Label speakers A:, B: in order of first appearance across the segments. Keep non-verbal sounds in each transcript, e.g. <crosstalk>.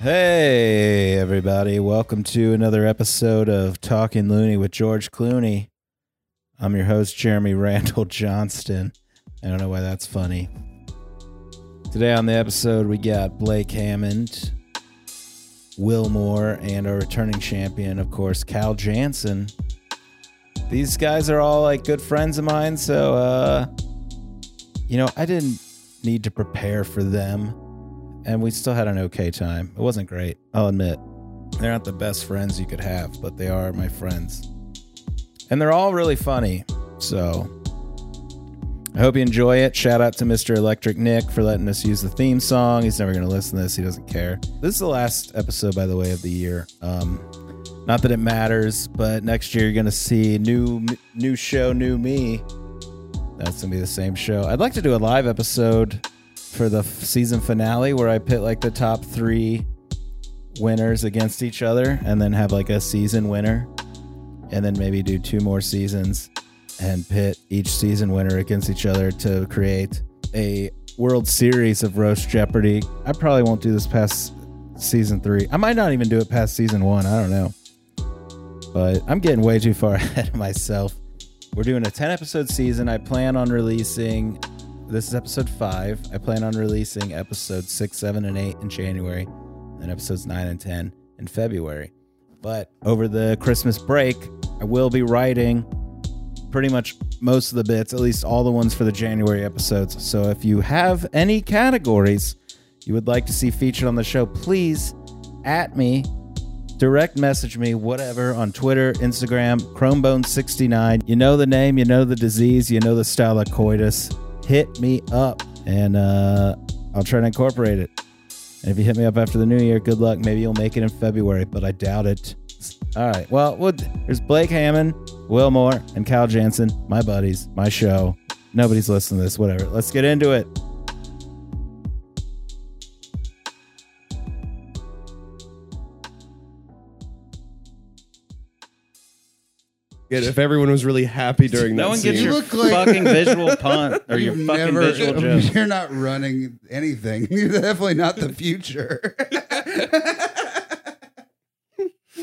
A: Hey, everybody. Welcome to another episode of Talking Looney with George Clooney. I'm your host, Jeremy Randall Johnston. I don't know why that's funny. Today on the episode, we got Blake Hammond, Will Moore, and our returning champion, of course, Cal Jansen. These guys are all like good friends of mine, so, uh, you know, I didn't need to prepare for them and we still had an okay time. It wasn't great, I'll admit. They're not the best friends you could have, but they are my friends. And they're all really funny. So I hope you enjoy it. Shout out to Mr. Electric Nick for letting us use the theme song. He's never going to listen to this, he doesn't care. This is the last episode, by the way, of the year. Um, not that it matters, but next year you're going to see new new show, new me. That's going to be the same show. I'd like to do a live episode for the f- season finale where I pit like the top three winners against each other and then have like a season winner and then maybe do two more seasons and pit each season winner against each other to create a World Series of Roast Jeopardy. I probably won't do this past season three. I might not even do it past season one. I don't know. But I'm getting way too far <laughs> ahead of myself. We're doing a 10 episode season. I plan on releasing this is episode five. I plan on releasing episodes six, seven, and eight in January, and episodes nine and 10 in February. But over the Christmas break, I will be writing pretty much most of the bits, at least all the ones for the January episodes. So if you have any categories you would like to see featured on the show, please at me, direct message me, whatever, on Twitter, Instagram, Chromebone69. You know the name, you know the disease, you know the style of coitus. Hit me up and uh, I'll try to incorporate it. And if you hit me up after the new year, good luck. Maybe you'll make it in February, but I doubt it. All right. Well, what, there's Blake Hammond, Will Moore, and Cal Jansen, my buddies, my show. Nobody's listening to this, whatever. Let's get into it.
B: Good, if everyone was really happy during that
C: No one
B: scene.
C: gets
D: You
C: your
D: look like-
C: fucking visual pun or your
D: You've
C: fucking
D: <laughs>
C: visual joke.
D: You're not running anything. <laughs> You're definitely not the future.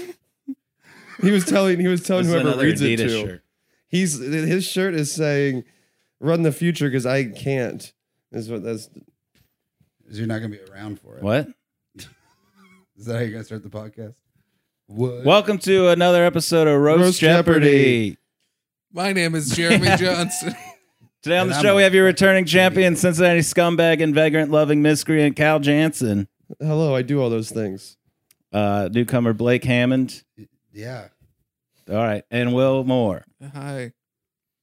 D: <laughs>
B: he was telling he was telling
C: This is
B: whoever
C: another
B: reads it
C: Adidas
B: to.
C: shirt.
B: He's his shirt is saying run the future because I can't. Is what that's
D: 'Cause you're not going to be around for it.
A: What?
D: Is that how you're going to start the podcast? What?
A: Welcome to another episode of Roast,
B: Roast
A: Jeopardy.
B: Jeopardy.
E: My name is Jeremy
D: <laughs>
E: Johnson.
A: Today on the
D: And
A: show,
D: I'm-
A: we have your returning champion, Cincinnati scumbag and vagrant loving miscreant Cal Jansen,
B: hello, I do all those things.
A: uh, newcomer Blake Hammond.
D: Yeah.
A: All right, and Will Moore.
E: Hi.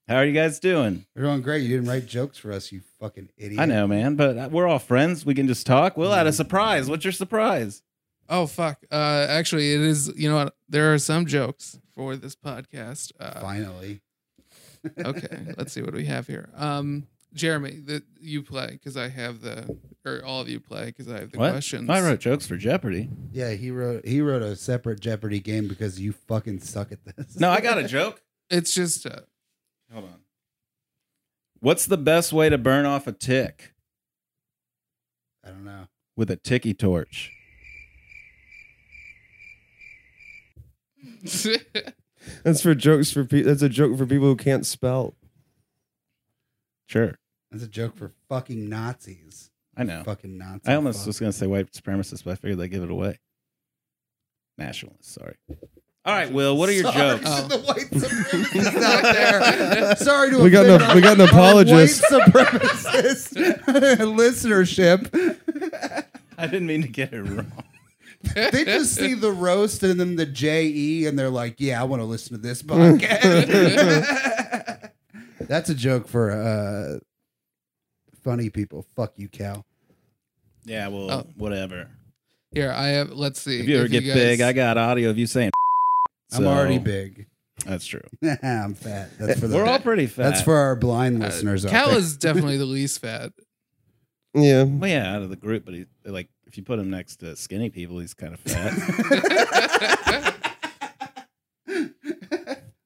A: How are you guys doing?
D: We're doing great. You didn't write jokes for us, you fucking idiot.
A: I know, man, but we're all friends. We can just talk. Will had a surprise. What's your surprise?
E: Oh fuck. Uh actually it is you know what there are some jokes for this podcast. Uh,
D: Finally.
E: <laughs> okay, let's see what we have here. Um Jeremy, that you play cuz I have the or all of you play cuz I have the
A: what?
E: questions.
A: I wrote jokes for Jeopardy.
D: Yeah, he wrote he wrote a separate Jeopardy game because you fucking suck at this.
A: No, I got a joke.
E: It's just uh, <laughs>
A: Hold on. What's the best way to burn off a tick?
D: <laughs> I don't know.
A: With a ticky torch.
B: That's for jokes for people. That's a joke for people who can't spell.
A: Sure.
D: That's a joke for fucking Nazis.
A: I know.
D: Fucking Nazis.
A: I almost was going to say white supremacists, but I figured they give it away. Nationalists, sorry. All right, Will, what are your jokes?
E: Oh.
D: The white supremacists out there. Sorry to
B: We got an-
D: offend
B: we got an
D: our
B: apologist.
D: White supremacist <laughs> listenership.
A: <laughs> I didn't mean to get it wrong.
D: They
A: <laughs>
D: just see the roast and then the JE and they're like, yeah, I want to listen to this podcast. <laughs> That's a joke for uh, funny people. Fuck you, Cal.
A: Yeah, well,
E: Oh.
A: whatever.
E: here I have let's see.
A: If you ever get big, I got audio of you saying.
D: I'm
A: so-
D: already big. <laughs>
A: That's true.
D: I'm fat. That's for the,
A: We're all pretty fat. Uh,
D: that's for our blind listeners. out
E: <laughs> Cal
D: there.
E: is definitely the least
A: <laughs>
E: fat. <laughs>
B: Yeah,
A: Well, yeah, out of the group, but he, like if you put him next to skinny people, he's kind of fat.
D: <laughs>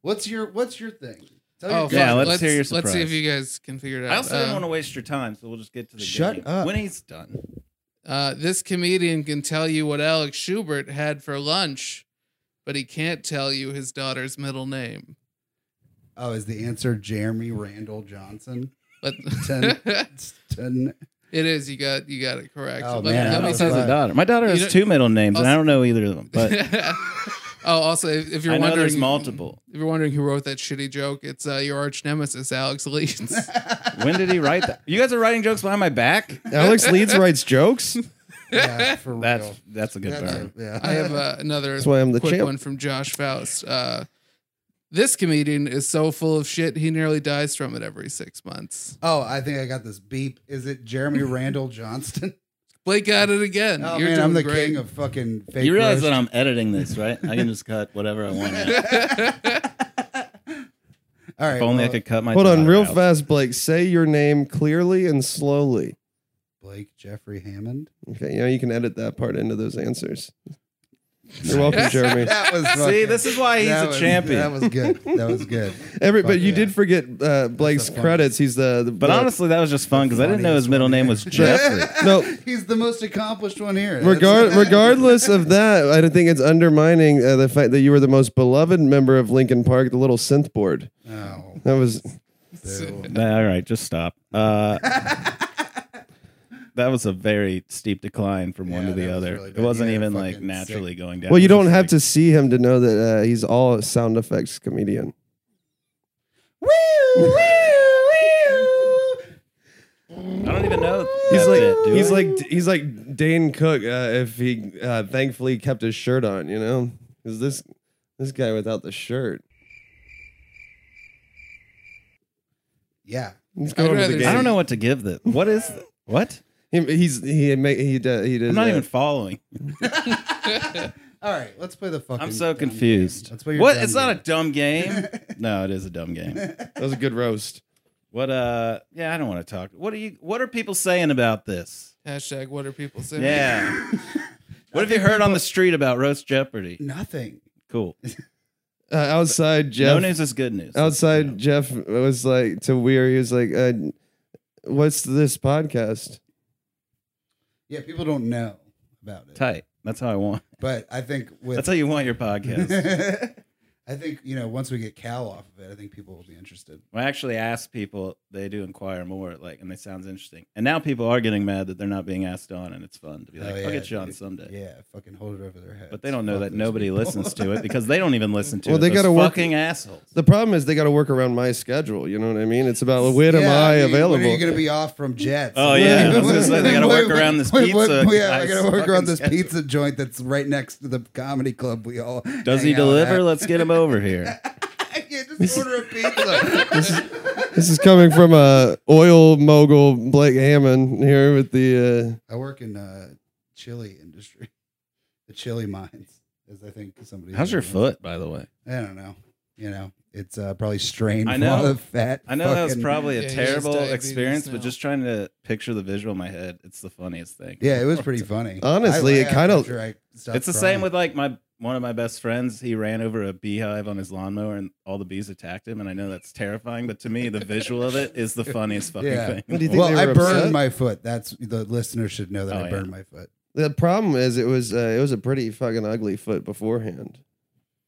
D: what's your what's your thing? Tell
E: Oh,
D: your
E: fuck.
A: Yeah,
D: guy.
A: let's hear your
E: Let's see if
A: surprise.
E: you guys can figure it out.
A: I also
E: Uh,
A: don't want to waste your time, so we'll just get to the
D: Shut
A: game.
D: up.
A: when he's done.
E: Uh, this comedian can tell you what Alex Schubert had for lunch, but he can't tell you his daughter's middle name.
D: Oh, is the answer Jeremy Randall Johnson?
E: But
D: Ten. It's ten-
E: <laughs> it is. You got you got it correct.
D: Oh,
E: Let-
D: man,
E: let
D: I
E: me
D: was
E: say-
D: like-
A: has a daughter. My daughter
E: You
A: has
E: don't-
A: two middle names, and I don't know either of them.
E: <laughs>
A: But
E: oh, also, if, if you're
A: I know
E: wondering,
A: there's multiple.
E: If you're wondering who wrote that shitty joke, it's uh, your arch nemesis,
D: <laughs>
E: Alex Leeds.
A: when did he write that? You guys are writing jokes behind my back.
B: Alex Leeds writes jokes.
D: <laughs> yeah, <laughs> for real.
A: That's that's a good
D: That's
A: burn.
D: a- yeah.
E: I have uh, another
B: That's why I'm the
E: quick
B: champ.
E: one from Josh Faust. Uh, this comedian is so full of shit, he nearly dies from it every six months.
D: oh, I think I got this beep. Is it <laughs> Jeremy Randall Johnston? <laughs>
E: Blake got it again.
D: Oh
E: You're
D: man,
E: doing
D: I'm the
E: great.
D: king of fucking fake.
A: You realize that
D: roast.
A: I'm editing this, right? I can just cut whatever I want. out. If
D: All right.
A: only I
D: well,
A: could cut my.
B: Hold on,
A: daughter
B: real
A: out.
B: fast, Blake. Say your name clearly and slowly.
D: Blake Jeffrey Hammond.
B: Okay, now you can edit that part into those answers. You're welcome, Jeremy.
D: <laughs> That was
A: See,
D: fucking-
A: this is why he's
D: that
A: a
D: was-
A: champion.
D: That was good. That was good.
A: <laughs>
B: Every,
D: Fuck
B: but you
D: yeah.
B: did forget uh, Blake's
D: the fun-
B: credits. He's the, the
A: But
B: the-
A: honestly, that was just fun because I didn't know his middle name was Jeffrey.
B: No.
D: he's the most accomplished one here.
B: <laughs>
D: That's-
B: Regard, regardless of that, I don't think it's undermining uh, the fact that you were the most beloved member of Lincoln Park, the little synth board.
D: <laughs> Oh,
B: That was
D: boo.
A: All right, just stop. Uh, that was a very steep decline from one
D: Yeah,
A: to the
D: that was
A: other.
D: really
A: it
D: bad.
A: wasn't
D: He had a
A: even like
D: fucking
A: naturally going down.
B: well. You
A: It was
B: don't
A: just
B: have
A: like-
B: to see him to know that uh, he's all sound effects comedian.
A: I don't even know.
B: He's
A: that
B: like
A: bit, do
B: he's
A: I?
B: like he's like Dane Cook uh, if he uh, thankfully kept his shirt on. You know, because this this guy without the shirt,
D: Yeah.
B: he's
E: I'd
B: going to
E: rather
B: the game.
A: I don't know what to give this. What is what?
B: He, he's he ma- he did he did.
A: I'm not
B: uh,
A: even following.
D: All right, let's play the fucking.
A: I'm so
D: dumb
A: confused.
D: game. Let's play your
A: What?
D: dumb
A: It's not
D: game.
A: a dumb
D: <laughs>
A: game. no, it is a dumb game.
B: that was a good roast.
A: What? Uh, yeah, I don't want to talk. What are you? What are people saying about this?
D: <laughs>
E: <laughs> Hashtag what are people saying?
A: Yeah. what have you heard on the street about roast Jeopardy?
D: nothing. <laughs>
A: Cool.
B: Uh, outside Jeff,
A: No news is good news.
B: outside Jeff was like to Weir. He was like, uh, "What's this podcast?"
D: Yeah, people don't know about it.
A: Tight. That's how I want.
D: But I think with
A: That's how you want your podcast. <laughs>
D: <laughs> I think you know once we get Cal off of it, I think people will be interested.
A: When I actually ask people, they do inquire more, like, and it sounds interesting. And now people are getting mad that they're not being asked on, and it's fun to be like,
D: Oh, yeah,
A: I'll get you on
D: dude.
A: someday.
D: Yeah, fucking hold it over their head.
A: But they don't know that nobody listens to it because they don't even
D: <laughs>
A: listen to
B: Well,
A: it.
B: they
A: Those
B: gotta work-
A: fucking assholes.
B: The problem is they got to work around my schedule. You know what I mean? It's about when am I
D: When are
B: available?
D: you going to be off from Jets?
A: <laughs> Oh,
D: When-
A: yeah. I was gonna
D: <laughs> when-
A: say, they gotta work around this pizza
D: yeah, I
A: guy's
D: gotta work
A: fucking
D: around this
A: schedule.
D: pizza joint that's right next to the comedy club. We all
A: Does he
D: hang out
A: deliver?
D: at.
A: Let's get him over here.
D: <laughs> yeah, just order a pizza.
B: this is coming from a oil mogul Blake Hammond here with the.
D: I work in uh, chili industry, the chili mines, as I think somebody.
A: How's your
D: said.
A: foot, by the way?
D: I don't know. You know, it's uh, probably strained.
A: I
D: From all
A: know.
D: the fat.
A: I know that was
D: fucking-
A: probably a
E: Yeah, he has
A: terrible
E: diabetes
A: experience,
E: now.
A: but just trying to picture the visual in my head, it's the funniest thing.
D: Yeah, it was pretty <laughs> funny.
B: Honestly, it kinda-
D: after I stopped
A: It's the
D: crying.
A: same with like my one of my best friends. He ran over a beehive on his lawnmower, and all the bees attacked him. And I know that's terrifying, but to me, the visual of it is the funniest fucking
D: Yeah.
B: What
A: thing.
B: do you think
D: Well,
B: they
D: I
B: were
D: burned
B: upset?
D: my foot. That's the listeners should know that
A: Oh,
D: I
A: yeah.
D: burned my foot.
B: Uh, the problem is it was uh, it was a pretty fucking ugly foot beforehand.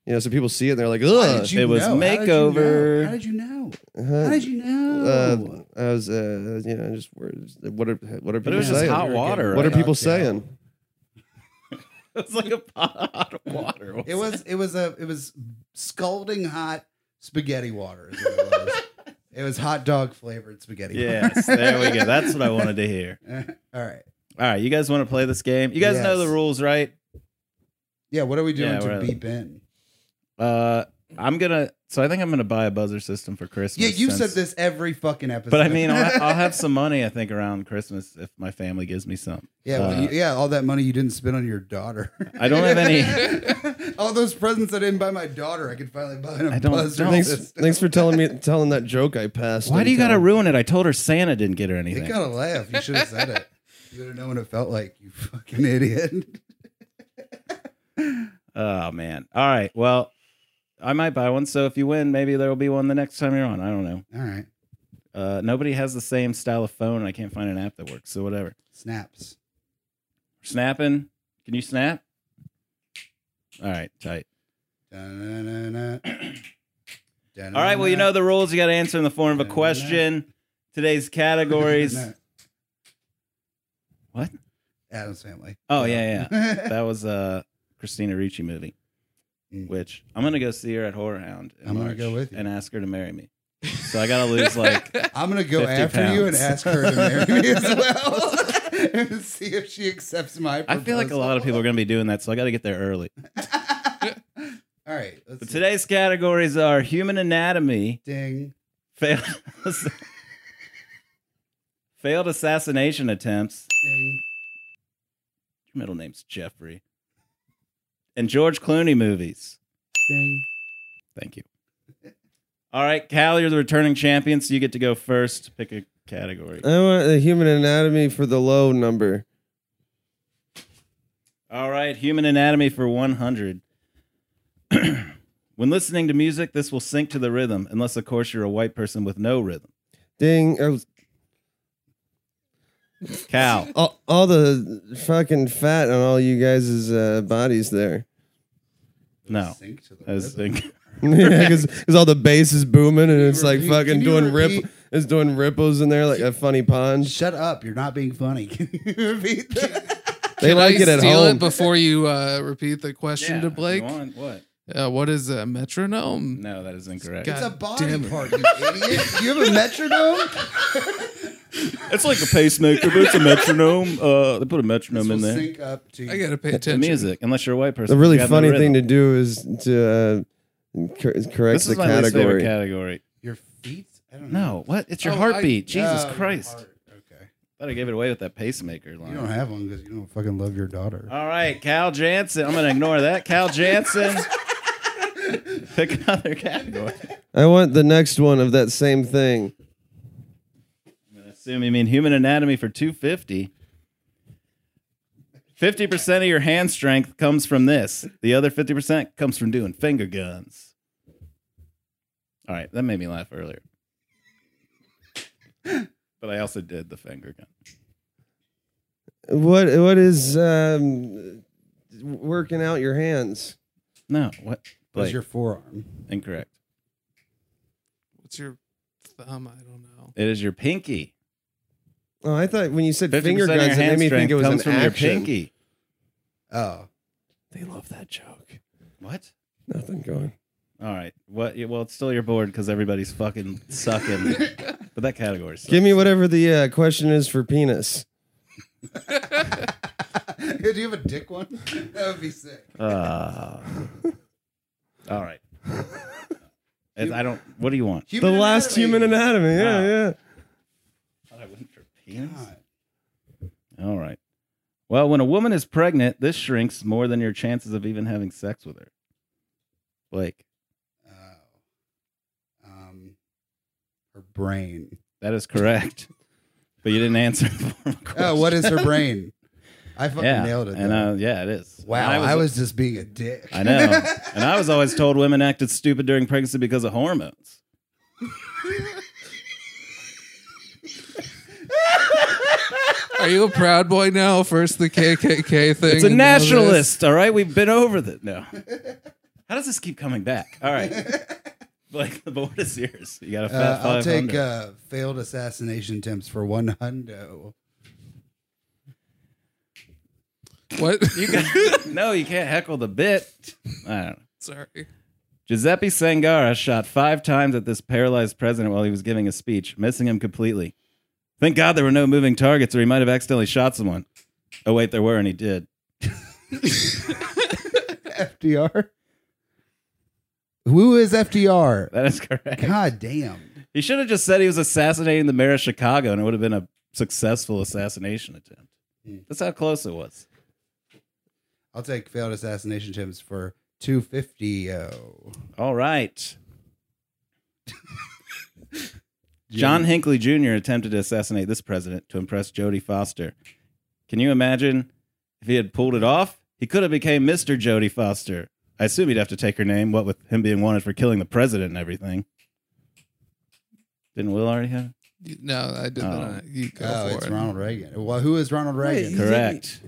B: You know, so people see it and they're like,
D: How
B: "Ugh."
D: did you
A: it was
D: know?
A: makeover.
D: How did you know? How
B: Uh-huh.
D: did you know? How
B: Uh,
D: did you know?
B: I was, uh, you know, just words. what are what are
A: But
B: people
A: it was just
B: saying?
A: hot water.
B: what are
A: right?
B: people
D: Fuck yeah.
B: saying?
A: <laughs> It's like a pot of water.
D: it was it was a it was scalding hot spaghetti water. Is what
A: <laughs>
D: it, was. it was hot dog flavored spaghetti.
A: Yes, there we go. That's what I wanted to hear.
D: water. <laughs> All right.
A: All right, you guys want to play this game? You guys know
D: Yes.
A: the rules, right?
D: Yeah. What are we doing
A: Yeah,
D: to
A: we're-
D: beep in?
A: Uh, I'm gonna. So I think I'm gonna buy a buzzer system for Christmas.
D: Yeah, you've said
A: since-
D: this every fucking episode.
A: But I mean,
D: <laughs>
A: I'll, I'll have some money. I think around Christmas if my family gives me some.
D: yeah, well,
A: uh,
D: you- yeah, all that money you didn't spend on your daughter.
A: <laughs> I don't have any.
D: <laughs> all those presents I didn't buy my daughter, I could finally buy them.
A: I don't-
D: buzzer <laughs>
A: don't-
B: Thanks,
D: system.
B: thanks for telling me telling that joke I passed.
A: Why do you
B: got
A: gotta ruin it? I told her Santa didn't get her
D: You
A: anything.
D: gotta laugh. You should have said
A: <laughs>
D: it. You would have known what it felt like. You fucking idiot. <laughs>
A: Oh man. All right. Well, I might buy one. So if you win, maybe there will be one the next time you're on. I don't know.
D: All right,
A: Uh, nobody has the same style of phone. I can't find an app that works. So whatever.
D: snaps.
A: Snapping? Can you snap? All right, tight. All right, well, you know the rules. You got to answer in the form of a question. Today's
D: <laughs>
A: categories. What?
D: Adam's family.
A: Oh, yeah,
D: <laughs> yeah.
A: That was a Christina Ricci movie,
D: Mm.
A: which I'm going to go see her at Horror Hound. in
D: I'm gonna
A: March
D: go with you.
A: And ask her to marry me. So I got to lose like
D: I'm gonna go
A: 50
D: after you and
A: pounds.
D: ask her to
A: <laughs>
D: marry me as well, <laughs> and see if she accepts my.
A: I
D: Proposal.
A: feel like a lot of people are going to be doing that, so I got to get there early.
D: <laughs> All right, let's
A: But
D: see.
A: today's categories are human anatomy,
D: Ding.
A: failed, <laughs> failed assassination attempts.
D: Ding.
A: Your middle name's Jeffrey. And George Clooney movies.
D: Ding.
A: Thank you. All right, Cal, you're the returning champion, so you get to go first. Pick a category.
B: I want the human anatomy for the low number.
A: All right, human anatomy for 100. <clears throat> when listening to music, this will sync to the rhythm, unless, of course, you're a white person with no rhythm.
B: Ding. Oh,
D: <laughs>
A: Cal.
B: all, all the fucking fat on all you guys' uh, bodies there. <laughs>
A: No.
D: Sync to the
A: I was
D: rhythm. <laughs>
A: thinking-
B: yeah, because all the bass is booming and it's like
D: repeat-
B: fucking
D: can you
B: doing rip.
D: repeat-
B: It's doing ripples in there like a funny pond.
D: Shut up! You're not being funny. <laughs> Can you repeat that?
B: They
E: Can
B: like
E: I
B: it at
E: steal
B: home.
E: It before you uh, repeat the question
A: Yeah,
E: to
A: you
E: Blake,
A: want- What?
E: uh, what is a metronome?
A: No, that is incorrect.
E: God
D: It's a
E: damn
D: body
E: it.
D: part, you idiot. You have a
A: <laughs>
D: metronome?
A: It's like a pacemaker, but it's <laughs> a metronome. Uh, they put a metronome
D: This
A: in
D: will
A: there.
D: sync up to.
E: I gotta pay
A: to
E: attention.
A: music, unless you're a white person.
B: The really funny thing to do is to uh, cor- correct
A: this
B: the
A: is my least favorite
B: category.
A: category.
D: Your feet? I don't know.
A: No, what? It's your
E: Oh, I-
A: heartbeat. Jesus
D: Oh, your
A: Christ!
D: heart. Okay.
A: Thought I gave it away with that pacemaker
D: You don't
A: line.
D: have one because you don't fucking love your daughter.
A: All right, Cal Jansen. I'm gonna ignore that. Cal Jansen. Pick another category.
B: I want the next one of that same thing.
A: I'm gonna assume you mean human anatomy for 250. 50% of your hand strength comes from this. The other 50% comes from doing finger guns. All right, that made me laugh earlier. But I also did the finger gun.
B: What what is um, working out your hands?
A: No, what?
D: Was
A: Blake,
D: your forearm?
A: incorrect.
E: What's your thumb? I don't know.
A: It is your pinky.
B: Oh, I thought when you said
A: 50%
B: finger
A: of your
B: guns, it made
A: hand
B: me
A: strength
B: think it was
A: comes from
B: an action.
A: your pinky.
D: Oh,
B: They love that joke.
A: What?
B: Nothing going.
A: All right. What? Well, it's still your board because everybody's fucking <laughs> sucking. but that category sucks.
B: Give me whatever the uh, question is for penis.
D: <laughs> do you have a dick one? That would be sick.
A: Uh, all
D: <laughs>
A: right. And I don't. What do you want?
B: The last human anatomy. Yeah,
A: Wow.
B: yeah.
A: I went for penis.
D: God.
A: All right. Well, when a woman is pregnant, this shrinks more than your chances of even having sex with her. Blake,
D: Oh. Um, her brain.
A: that is
D: <laughs>
A: correct, but you didn't answer the formal question.
D: Oh, what is
A: <laughs>
D: her brain? I fucking
A: yeah,
D: nailed it.
A: And
D: though.
A: uh, yeah, it is.
D: wow,
A: And
D: I was, just being a dick.
A: <laughs> I
D: <laughs>
A: know. and I was always told women acted stupid during pregnancy because of hormones.
E: Are you a proud boy now? First the KKK thing.
A: It's a
E: and now this.
A: nationalist, all right? We've been over that. No. <laughs> How does this keep coming back? All right. <laughs> Blake, the board is yours. You got a
D: Uh,
A: fat
D: I'll
A: 500.
D: take uh, failed assassination attempts for one hundo.
E: What?
A: You
D: uh,
A: can- no, you can't heckle the bit. I don't know.
E: Sorry.
A: Giuseppe Sangara shot five times at this paralyzed president while he was giving a speech, missing him completely. Thank God there were no moving targets, or he might have accidentally shot someone. Oh wait, there were, and he did. <laughs>
D: FDR. Who is FDR?
A: That is correct.
D: God damn.
A: He should have just said he was assassinating the mayor of Chicago, and it would have been a successful assassination attempt.
D: Hmm.
A: That's how close it was.
D: I'll take failed assassination attempts for 250. Oh.
A: All right.
B: <laughs>
A: John Hinckley Jr. attempted to assassinate this president to impress Jodie Foster. Can you imagine if he had pulled it off? He could have became Mr. Jodie Foster. I assume he'd have to take her name, what with him being wanted for killing the president and everything. Didn't Will already have it?
E: You- No, I did
A: Oh.
E: not. You go
D: Oh,
E: for
D: it's
E: it.
D: Ronald Reagan. Well, who is Ronald Reagan?
A: Correct.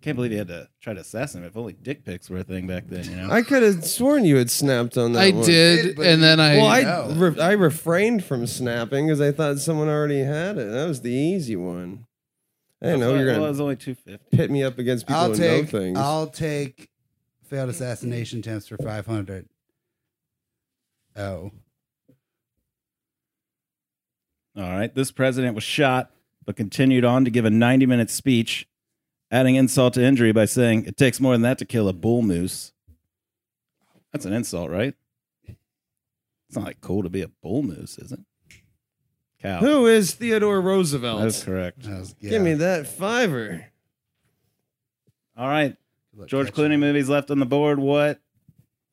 A: Can't believe he had to try to assassinate him. If only dick pics were a thing back then, you know.
B: I could have sworn you had snapped on that.
E: I
B: one.
E: did,
D: Did, but
E: and
D: you-
E: then I.
B: Well, I
D: know.
B: re- I refrained from snapping because I thought someone already had it. That was the easy one. I didn't know
A: Well,
B: you're
A: Well, it
B: gonna
A: was only two fifty.
B: pit me up against people
D: I'll
B: who
D: take.
B: know things.
D: I'll take failed assassination attempts for five hundred. Oh,
A: All right. This president was shot, but continued on to give a 90 minute speech, adding insult to injury by saying, It takes more than that to kill a bull moose. That's an insult, right? It's not like cool to be a bull moose, is it? Cow.
B: Who is Theodore Roosevelt?
A: That's correct.
D: that was, yeah.
B: Give me that fiver.
A: All right.
D: Look,
A: George
D: catch
A: Clooney
D: me.
A: movies left on the board. What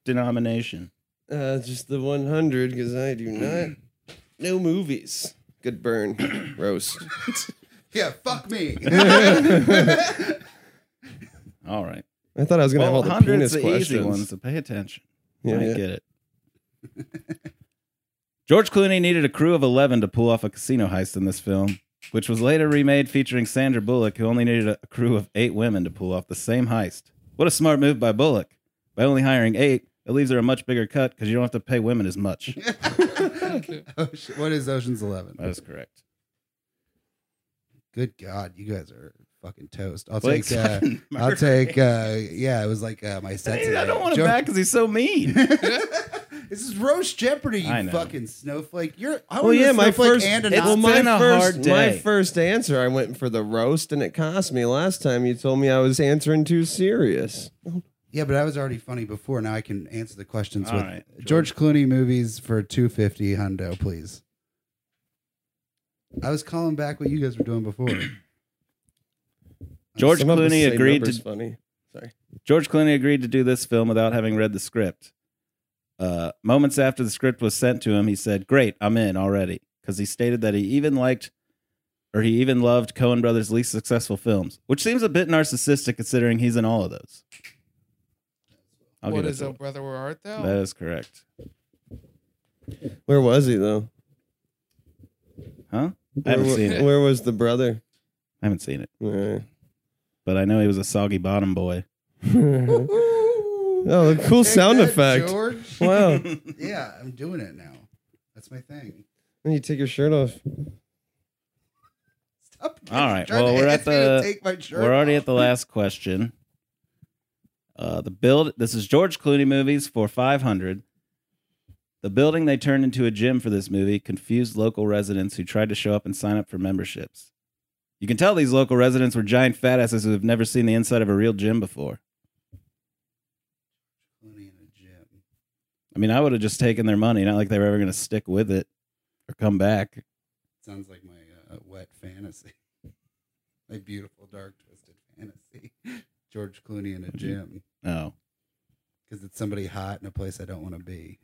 A: denomination?
B: Uh, just the 100 because I do not. No movies. Good burn. Roast.
D: Yeah, fuck me. <laughs>
A: All right.
B: I thought I was going to
A: Well,
B: have all the
A: hundreds
B: penis
A: of
B: questions.
A: easy ones to pay attention.
B: Yeah,
A: I
B: yeah.
A: get it. <laughs> George Clooney needed a crew of 11 to pull off a casino heist in this film, which was later remade featuring Sandra Bullock, who only needed a crew of eight women to pull off the same heist. What a smart move by Bullock. By only hiring eight, it leaves her a much bigger cut because you don't have to pay women as much.
D: Ocean- Oh, what is Ocean's Eleven?
A: that is correct.
D: Good God, you guys are fucking toast. I'll
A: Blake's
D: take.
A: <laughs>
D: Uh,
A: fucking
D: <laughs> I'll
A: murder.
D: take. Uh, yeah, it was like uh, my
A: I
D: set.
A: mean, I
D: today.
A: don't want him
D: George- <laughs>
A: back because he's so mean.
D: this is roast jeopardy.
A: I
D: You
A: know.
D: fucking snowflake. You're. I
B: Well,
D: want a
B: yeah, my
D: snowflake
B: first.
D: and a
A: it's
B: well,
D: Nazi.
B: my
A: been a
B: first.
A: hard
B: My
A: day.
B: first answer. I went for the roast, and it cost me. Last time you told me I was answering too serious.
D: Yeah, but I was already funny before. Now I can answer the questions
A: All
D: with
A: right,
D: George Clooney movies for two fifty hundo, please. I was calling back what you guys were
B: <coughs>
D: doing before.
A: George
B: Some of us
A: Clooney
B: say
A: agreed
B: numbers
A: to
B: Funny.
A: George Clooney agreed to do this film without having read the script. Uh, moments after the script was sent to him, he said, "Great, I'm in already," because he stated that he even liked, or he even loved Coen Brothers' least successful films, which seems a bit narcissistic considering he's in all of those. I'll
E: what
A: give it
E: is
A: to
E: a
A: him.
E: brother where art thou?
A: That is correct,
B: Where was he though?
A: huh? I
B: Where,
A: haven't
B: wa-
A: seen it.
B: where was
A: <laughs>
B: the brother?
A: I haven't seen it,
B: Yeah. <laughs>
A: but I know he was a soggy bottom boy.
B: oh, the Oh, cool
D: Take
B: sound
D: that,
B: effect.
D: George.
B: Wow.
D: <laughs> yeah, I'm doing it now. That's my thing.
B: And you take your shirt off.
D: Stop.
A: All right,
D: trying
A: well,
D: to
A: we're at
D: ask me to
A: the-
D: Take my shirt
A: We're already
D: off.
A: at the last question. Uh, the build. This is George Clooney movies for five hundred. The building they turned into a gym for this movie confused local residents who tried to show up and sign up for memberships. You can tell these local residents were giant fat asses who have never seen the inside of a real gym before.
D: Clooney in a gym.
A: I mean, I would have just taken their money. Not like they were ever going to stick with it or come back.
D: Sounds like my uh, wet fantasy. <laughs> My beautiful dark twisted fantasy. <laughs> George Clooney in a gym
A: No.
D: because it's somebody hot in a place I don't want to be.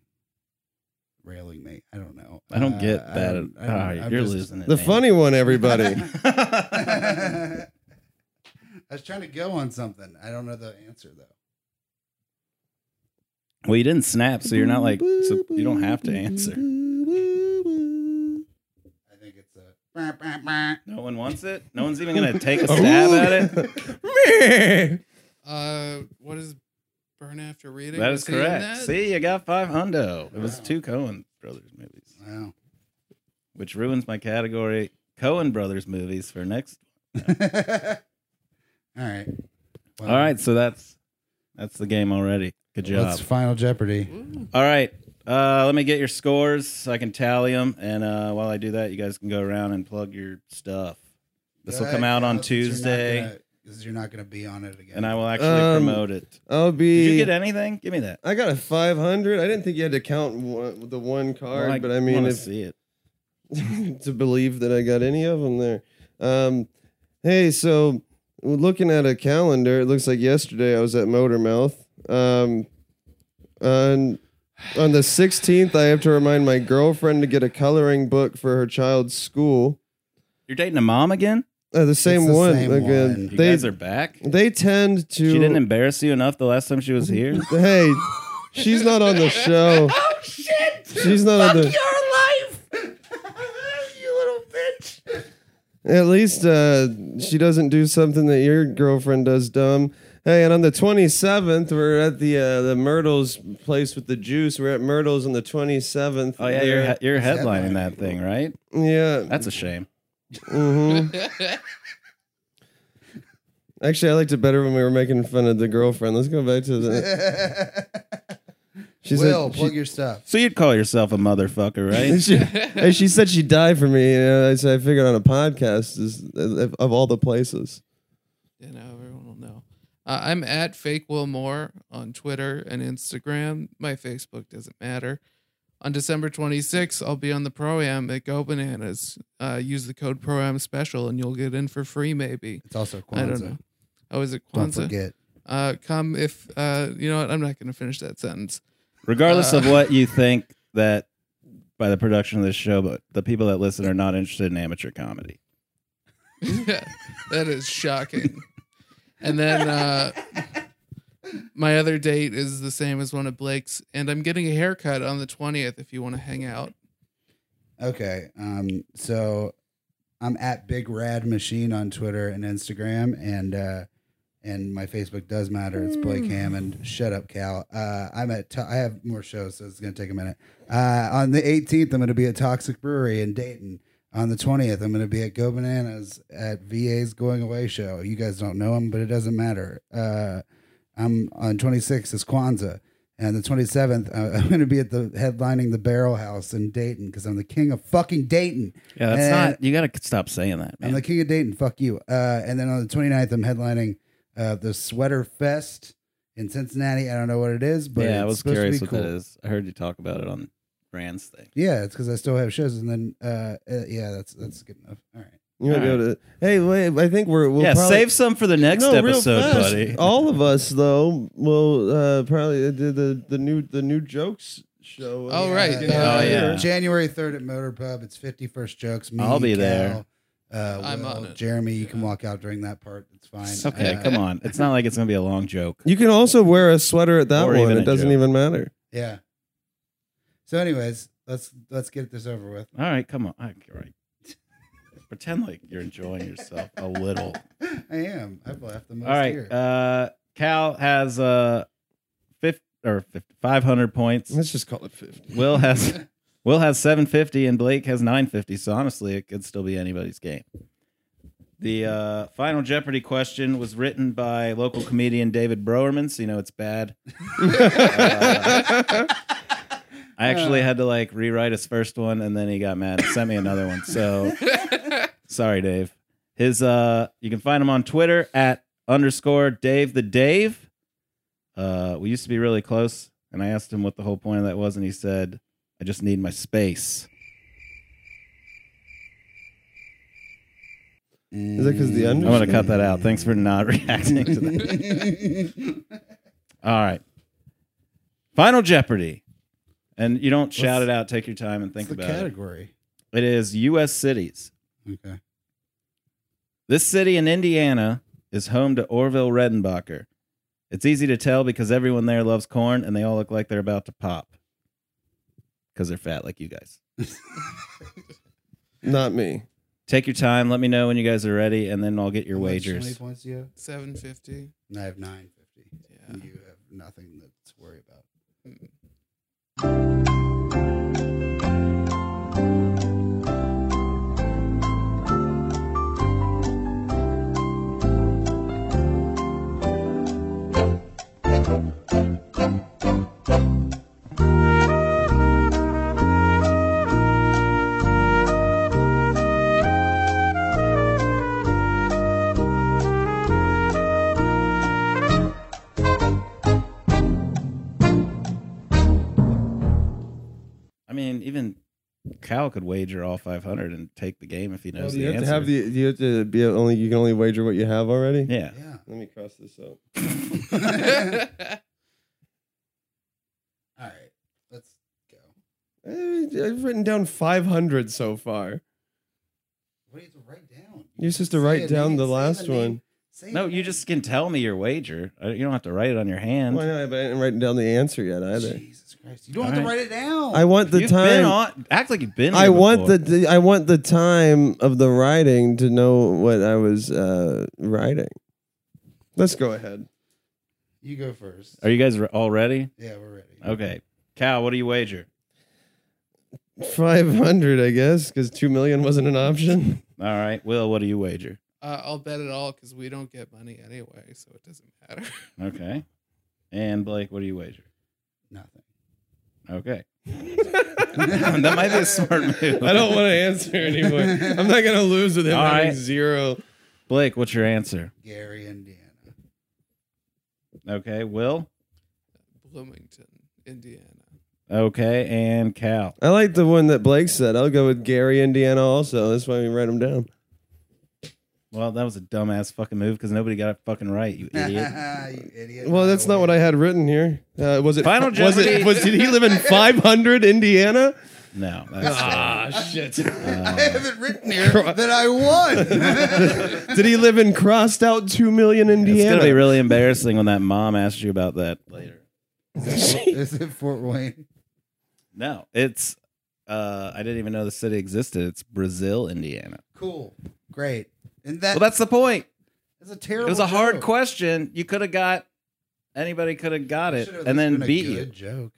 D: Railing me. I don't know.
A: I don't
D: Uh,
A: get that.
D: don't- I
A: Ah,
D: don't- I'm
A: you're
D: just-
A: losing it.
B: The
A: man.
B: funny one, everybody.
D: <laughs> I was trying to go on something. I don't know the answer though.
A: Well, you didn't snap, so you're not like so you don't have
D: <laughs>
A: to answer.
D: I think it's a. Bah, bah, bah.
A: No one wants it. No one's even gonna
B: <laughs>
A: take
B: Oh.
A: a stab at it.
B: it.
E: Uh, what is burn after reading?
A: That is
E: Was he in
A: correct.
E: that?
A: See, you got five hundo. It was
D: Wow.
A: two Cohen Brothers movies,
D: Wow.
A: which ruins my category. Cohen Brothers movies for next.
D: <laughs> All right. Well,
A: All right, so that's that's the game already. Good job.
D: What's Final Jeopardy?
E: Ooh,
A: All right, uh, let me get your scores so I can tally them. And uh, while I do that, you guys can go around and plug your stuff. This
D: Go
A: will come
D: ahead,
A: out on
D: Kyle, since you're not
A: Tuesday,
D: gonna- Since you're not going to be on it again.
A: and
D: <laughs>
A: I will actually
B: Um,
A: promote it.
B: I'll
A: Did
B: be.
A: you get anything? Give me that.
B: I got a 500. I didn't think you had to count one, the one card,
A: Well,
B: but I mean,
A: wanna
B: if,
A: see it.
B: <laughs> to believe that I got any of them there. Um, hey, so looking at a calendar, it looks like yesterday I was at Motormouth. Um, on on the 16th, I have to remind my girlfriend to get a coloring book for her child's school.
A: You're dating a mom again?
B: Uh, the same
D: the
B: one
D: same
B: again.
D: one. You
A: You
B: They
A: guys are back.
B: they tend to.
A: She didn't embarrass you enough the last time she was here.
B: Hey, she's not on the show. Oh
D: <laughs>
B: shit! She's not on the. Your life, you little bitch. At least uh, she doesn't do something that your girlfriend does dumb. Hey, and on the 27th, we're at the uh, the Myrtle's place with the juice. We're at Myrtle's on the 27th.
A: Oh yeah, you're he- you're
D: Headlining.
A: headlining that thing, right?
B: yeah.
A: That's a shame.
B: hmm
A: <laughs>
B: Actually, I liked it better when we were making fun of the girlfriend. Let's go back <laughs> to the. She
D: Will,
B: said she-
D: <laughs> plug your stuff.
A: So you'd call yourself a motherfucker, right?
E: <laughs>
B: she, <laughs> hey, she said she'd die for me. And I, so I figured on a podcast is of, of all the places.
E: you know, everyone will know. Uh, I'm at Fake Will Moore on Twitter and Instagram. My Facebook doesn't matter. On December 26th, I'll be on the Pro Am at Go Bananas. Uh, use the code Pro Am Special and you'll get in for free, maybe.
D: It's also Kwanzaa.
E: I don't know. I was at
D: Don't
E: Kwanzaa.
D: forget.
E: Uh, come if, uh, you know what? I'm not going to finish that sentence. <laughs>
A: Regardless of
E: Uh.
A: what you think that by the production of this show, but the people that listen are not interested in amateur comedy.
E: that is shocking. And then uh, my other date is the same as one of Blake's, and I'm getting a haircut on the 20th if you want to hang out.
D: Okay. Um, so I'm at Big Rad Machine on Twitter and Instagram, and uh, and my Facebook does matter. It's Blake
E: Hmm.
D: Hammond. Shut up, Cal. Uh, I'm at. To- I have more shows, so it's gonna take a minute. Uh, on the 18th, I'm gonna be at Toxic Brewery in Dayton. On the 20th, I'm gonna be at Go Bananas at VA's Going Away show. You guys don't know him, but it doesn't matter. Uh, I'm on 26th is Kwanzaa. And the 27th, uh, <laughs> I'm going to be at the headlining the Barrel House in Dayton because I'm the king of fucking Dayton.
A: Yeah, that's
D: And-
A: not. You gotta stop saying that,
D: I'm
A: man.
D: the king of Dayton. Fuck you. Uh, and then on the 29th, I'm headlining uh, the Sweater Fest in Cincinnati. I don't know what it is, but
A: yeah,
D: it's
A: I was
D: supposed to
A: curious
D: be
A: what
D: cool.
A: that is. I heard you talk about it on Rand's thing.
D: Yeah, it's because I still have shows. And then, uh, uh, yeah, that's that's good enough. All right.
B: You might be
A: All
B: able to. Hey, wait, I think we're. We'll
A: yeah,
B: probably,
A: save some for the next
B: No, real
A: episode,
B: fast. Oh,
A: buddy. <laughs>
B: All of us though will uh, probably the, the the new the new jokes show.
E: Oh, right.
D: Uh,
E: Yeah.
D: uh,
A: Oh, yeah.
D: January 3rd at Motor Pub. It's 51st Jokes. Me,
A: I'll be
D: Cal,
A: there.
D: Uh,
E: I'm
D: Will,
E: on it.
D: Jeremy, you can walk out during that part. It's fine.
A: It's okay,
D: Uh,
A: come on. It's not like it's gonna be a long joke.
B: You can also wear a sweater at that
A: Or
B: one.
A: even
B: It
A: a
B: doesn't
A: joke.
B: even matter.
D: Yeah. So, anyways, let's let's get this over with.
A: All right, come on. All right. <laughs> Pretend like you're
D: <laughs>
A: enjoying yourself a little.
D: I am. I've laughed the most
A: All right.
D: here.
A: Uh, Cal has uh, fif- or 50, 500 points.
B: Let's just call it fifty.
A: Will has Will has 750 and Blake has 950. So honestly, it could still be anybody's game. The uh, final Jeopardy question was written by local comedian David Browerman, so you know it's bad. Uh, I actually had to like rewrite his first one, and then he got mad and sent me another one. So sorry, Dave. His uh, you can find him on Twitter at underscore Dave the Dave. Uh, we used to be really close, and I asked him what the whole point of that was, and he said, "I just need my space." Mm.
B: Is that because the
A: I'm <laughs>
B: end?
A: gonna cut that out. Thanks for not <laughs> reacting to that.
D: <laughs>
A: All right. Final Jeopardy. And you don't shout it out. Take your time and think
D: What's the
A: about
D: category?
A: it. It is U.S. cities.
D: Okay.
A: This city in Indiana is home to Orville Redenbacher. It's easy to tell because everyone there loves corn and they all look like they're about to pop because they're fat like you guys.
B: Not me.
A: Take your time. Let me know when you guys are ready, and then I'll get your
D: How much- How many
A: wagers.
D: points do you have? <laughs>
E: 750.
D: I have nine fifty.
E: Yeah.
D: You have nothing to worry about.
A: I mean, even Cal could wager all 500 and take the game if he knows
B: you
A: the
B: have
A: answer.
B: to have the. You have to be only. You can only wager what you have already.
A: yeah.
D: Yeah.
B: Let me cross this out.
D: <laughs> All right. Let's go.
B: Eh, I've written down five hundred so far.
D: What do you have to write down?
B: You're supposed to
D: Say
B: write
D: a
B: down
D: name,
B: the
D: say
B: last
D: name.
B: one.
D: Say
A: No,
D: it.
A: you just can tell me your wager. I- You don't have to write it on your hand.
B: Why not? But I didn't write down the answer yet either.
D: Jesus Christ. You don't have to
A: All right.
D: write it down.
B: I want the
A: You've been
B: time.
A: on. Act like you've been.
B: I
A: here
B: want the,
A: before.
B: the I want the time of the writing to know what I was uh, writing. Let's go ahead.
D: you go first.
A: Are you guys re- all ready?
D: yeah, we're ready.
A: Okay, Cal. What do you wager?
B: Five hundred, I guess, because two million wasn't an option. <laughs>
A: All right, Will. What do you wager?
E: <laughs> Uh, I'll bet it all because we don't get money anyway, so it doesn't matter. <laughs>
A: Okay, and Blake. What do you wager?
D: Nothing.
A: Okay, <laughs> that might be a smart move.
B: I don't want to answer anymore. I'm not gonna lose with him
A: All
B: having
A: right.
B: zero.
A: Blake, what's your answer?
D: Gary, Indiana.
A: Okay, Will.
E: Bloomington, Indiana.
A: Okay, and Cal.
B: I like the one that Blake said. I'll go with Gary, Indiana. Also, that's why we write them down.
A: Well, that was a dumbass fucking move because nobody got it fucking right. You <laughs> idiot.
D: <laughs> you idiot.
B: Well, that's not what I had written here. Uh, was it
A: Final
B: <laughs> Was
A: Jeopardy.
B: it? Was did he live in 500 Indiana?
A: no.
D: <laughs>
A: That's
D: Ah,
B: shit!
D: <laughs> I haven't written here that I
A: <laughs>
D: <laughs> won.
B: Did he live in crossed out two million Indiana?
A: It's gonna be really embarrassing when that mom asks you about that later.
B: <laughs>
D: Is it Fort Wayne?
A: No, it's. Uh, I didn't even know the city existed. It's Brazil, Indiana.
D: Cool. Great. And that,
A: Well, that's the point.
D: that's a terrible
A: It was a hard
D: joke.
A: question. You could have got anybody could have got it
D: Should have at
A: and
D: least
A: then
D: been a
A: beat
D: good
A: you.
D: joke.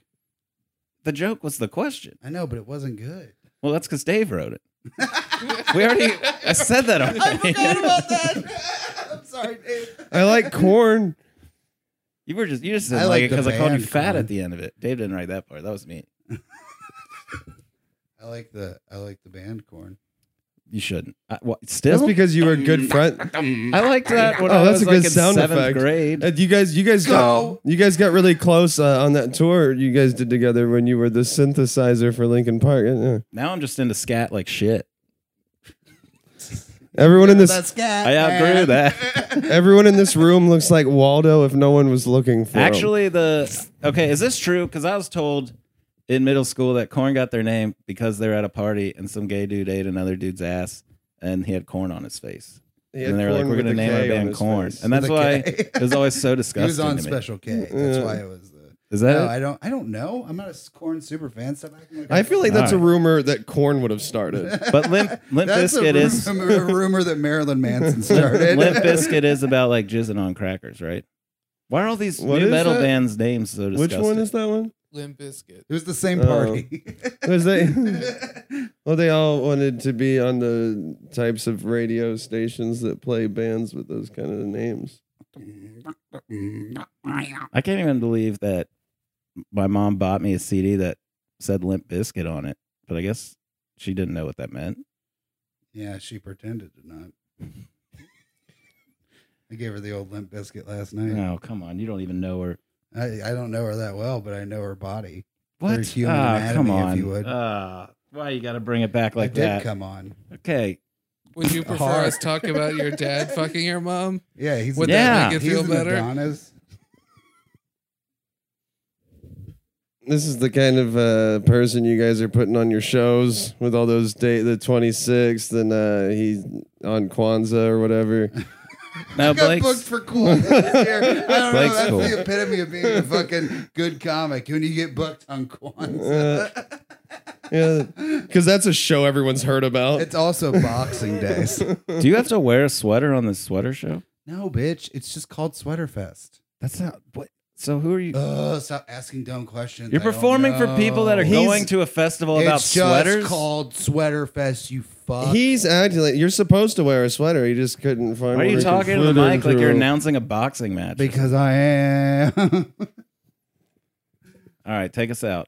A: The joke was the question.
D: I know, but it wasn't good.
A: Well, that's because Dave wrote
D: <laughs>
A: it. we already. <laughs> I said that already.
D: that. <laughs> I'm sorry, Dave.
B: I like corn.
A: <laughs> You were just you just
D: I
A: didn't like
D: like
A: it
D: the
A: because I called you
D: band,
A: fat
D: Colin.
A: at the end of it. Dave didn't write that part. That was me.
D: I like the I like the band corn.
A: You shouldn't. I, Uh, what,
B: That's
A: still,
B: because you were a good friend.
A: <laughs> I liked that when
B: Oh,
A: I
B: that's
A: was
B: a
A: like
B: good
A: in
B: sound
A: seventh
B: effect.
A: grade.
B: Uh, you guys, you guys
D: Go.
B: got you guys got really close uh, on that tour you guys did together when you were the synthesizer for Lincoln Park. Yeah, yeah.
A: Now I'm just into scat like shit.
B: Everyone in this
D: That's cat.
A: I outgrew that.
B: <laughs> everyone in this room looks like Waldo if no one was looking for him.
A: Actually, the okay is this true? Because I was told in middle school that corn got their name because they were at a party and some gay dude ate another dude's ass and he had corn on his face.
B: He had
A: And they were like,
B: corn
A: "We're
B: with
A: gonna
B: a
A: name our
B: K on
A: band
B: his
A: corn,"
B: face.
A: and that's
D: With a
A: why
D: K.
A: it was always so <laughs>
D: <laughs> He was
A: disgusting
D: on
A: to me.
D: Special K. That's
B: Yeah.
D: why it was the.
A: Is that
D: No,
A: it?
D: I don't. I don't know. I'm not a s- corn super fan. Stop acting like
B: I feel like that's
A: All
B: a rumor that corn would have started.
A: But
D: <laughs>
A: Limp Limp
D: that's a
A: Biscuit
D: rumor,
A: is
D: a rumor that
A: <laughs>
D: Marilyn Manson started.
A: Limp
D: <laughs>
A: Biscuit is about like jizzing on crackers, right? Why are all these
B: What
A: new
B: is
A: metal
B: that?
A: bands names so <laughs>
B: Which
A: disgusting?
B: one is that one?
E: Limb Biscuit.
D: It was the same
B: Oh.
D: party.
A: Oh.
B: Was they? well, Oh, they all wanted to be on the types of radio stations that play bands with those kind of names.
A: I can't even believe that my mom bought me a CD that said Limp Biscuit on it, but I guess she didn't know what that meant.
D: <laughs> yeah, she pretended to not. I gave her the old Limp Biscuit last night.
A: No, Oh, come on, you don't even know her.
D: I, I don't know her that well, but I know her body.
A: What?
D: human
A: Ah,
D: anatomy,
A: come
D: if
A: on.
D: you would.
A: Ah, why you got to bring it back like
D: I did
A: that?
D: come on.
A: Okay,
E: Would you prefer
D: Hard.
E: us talk about your dad fucking your mom?
D: Yeah, he's
E: Would
A: Yeah.
E: that make it
D: he's
E: feel
D: an
E: better?
D: Adonis.
B: This is the kind of uh, person you guys are putting on your shows with all those date the 26th and uh, he's on Kwanzaa or whatever.
A: now
D: <laughs> I got
A: Uh, Blake's
D: booked for cool <laughs> this year. I don't know.
A: Blake's
D: That's
A: cool.
D: the epitome of being a fucking good comic when you get booked on Kwanzaa.
B: Uh, yeah, because that's a show everyone's heard about.
D: It's also
A: <laughs>
D: Boxing Days.
B: <laughs>
A: Do you have to wear a sweater on this sweater show?
D: No, bitch. It's just called Sweater Fest.
A: That's not what. So who are you?
D: Ugh, stop asking dumb questions.
A: You're
D: I don't
A: performing for people that are
D: know.
A: going to a festival
D: it's
A: about
D: just
A: sweaters.
D: called Sweater Fest. You fuck.
B: He's acting like you're supposed to wear a sweater. You just couldn't find.
A: Why are
B: one
A: you
B: or
A: talking to the
B: couldn't
A: mic like you're
B: throw.
A: announcing a boxing match?
D: because I am. <laughs>
A: All right, take us out.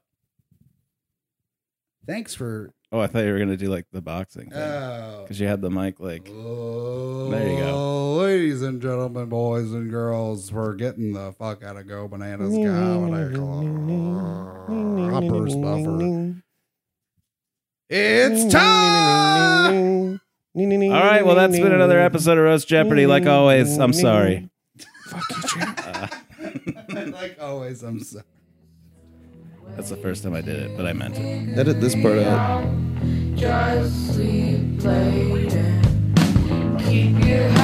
D: Thanks for.
A: Oh, I thought you were gonna do like the boxing because
D: Oh.
A: you had the mic like.
D: Oh,
A: There you go.
D: Ladies and gentlemen, boys and girls, we're getting the fuck out of Go Bananas Comedy Club. Upper Stuffer. It's time! <laughs>
A: All right, well that's been another episode of Roast Jeopardy. Like always, I'm sorry.
D: like always, I'm sorry.
A: That's the first time I did it, but I meant it.
B: Edit this part out.
F: Just sleep late and keep your head.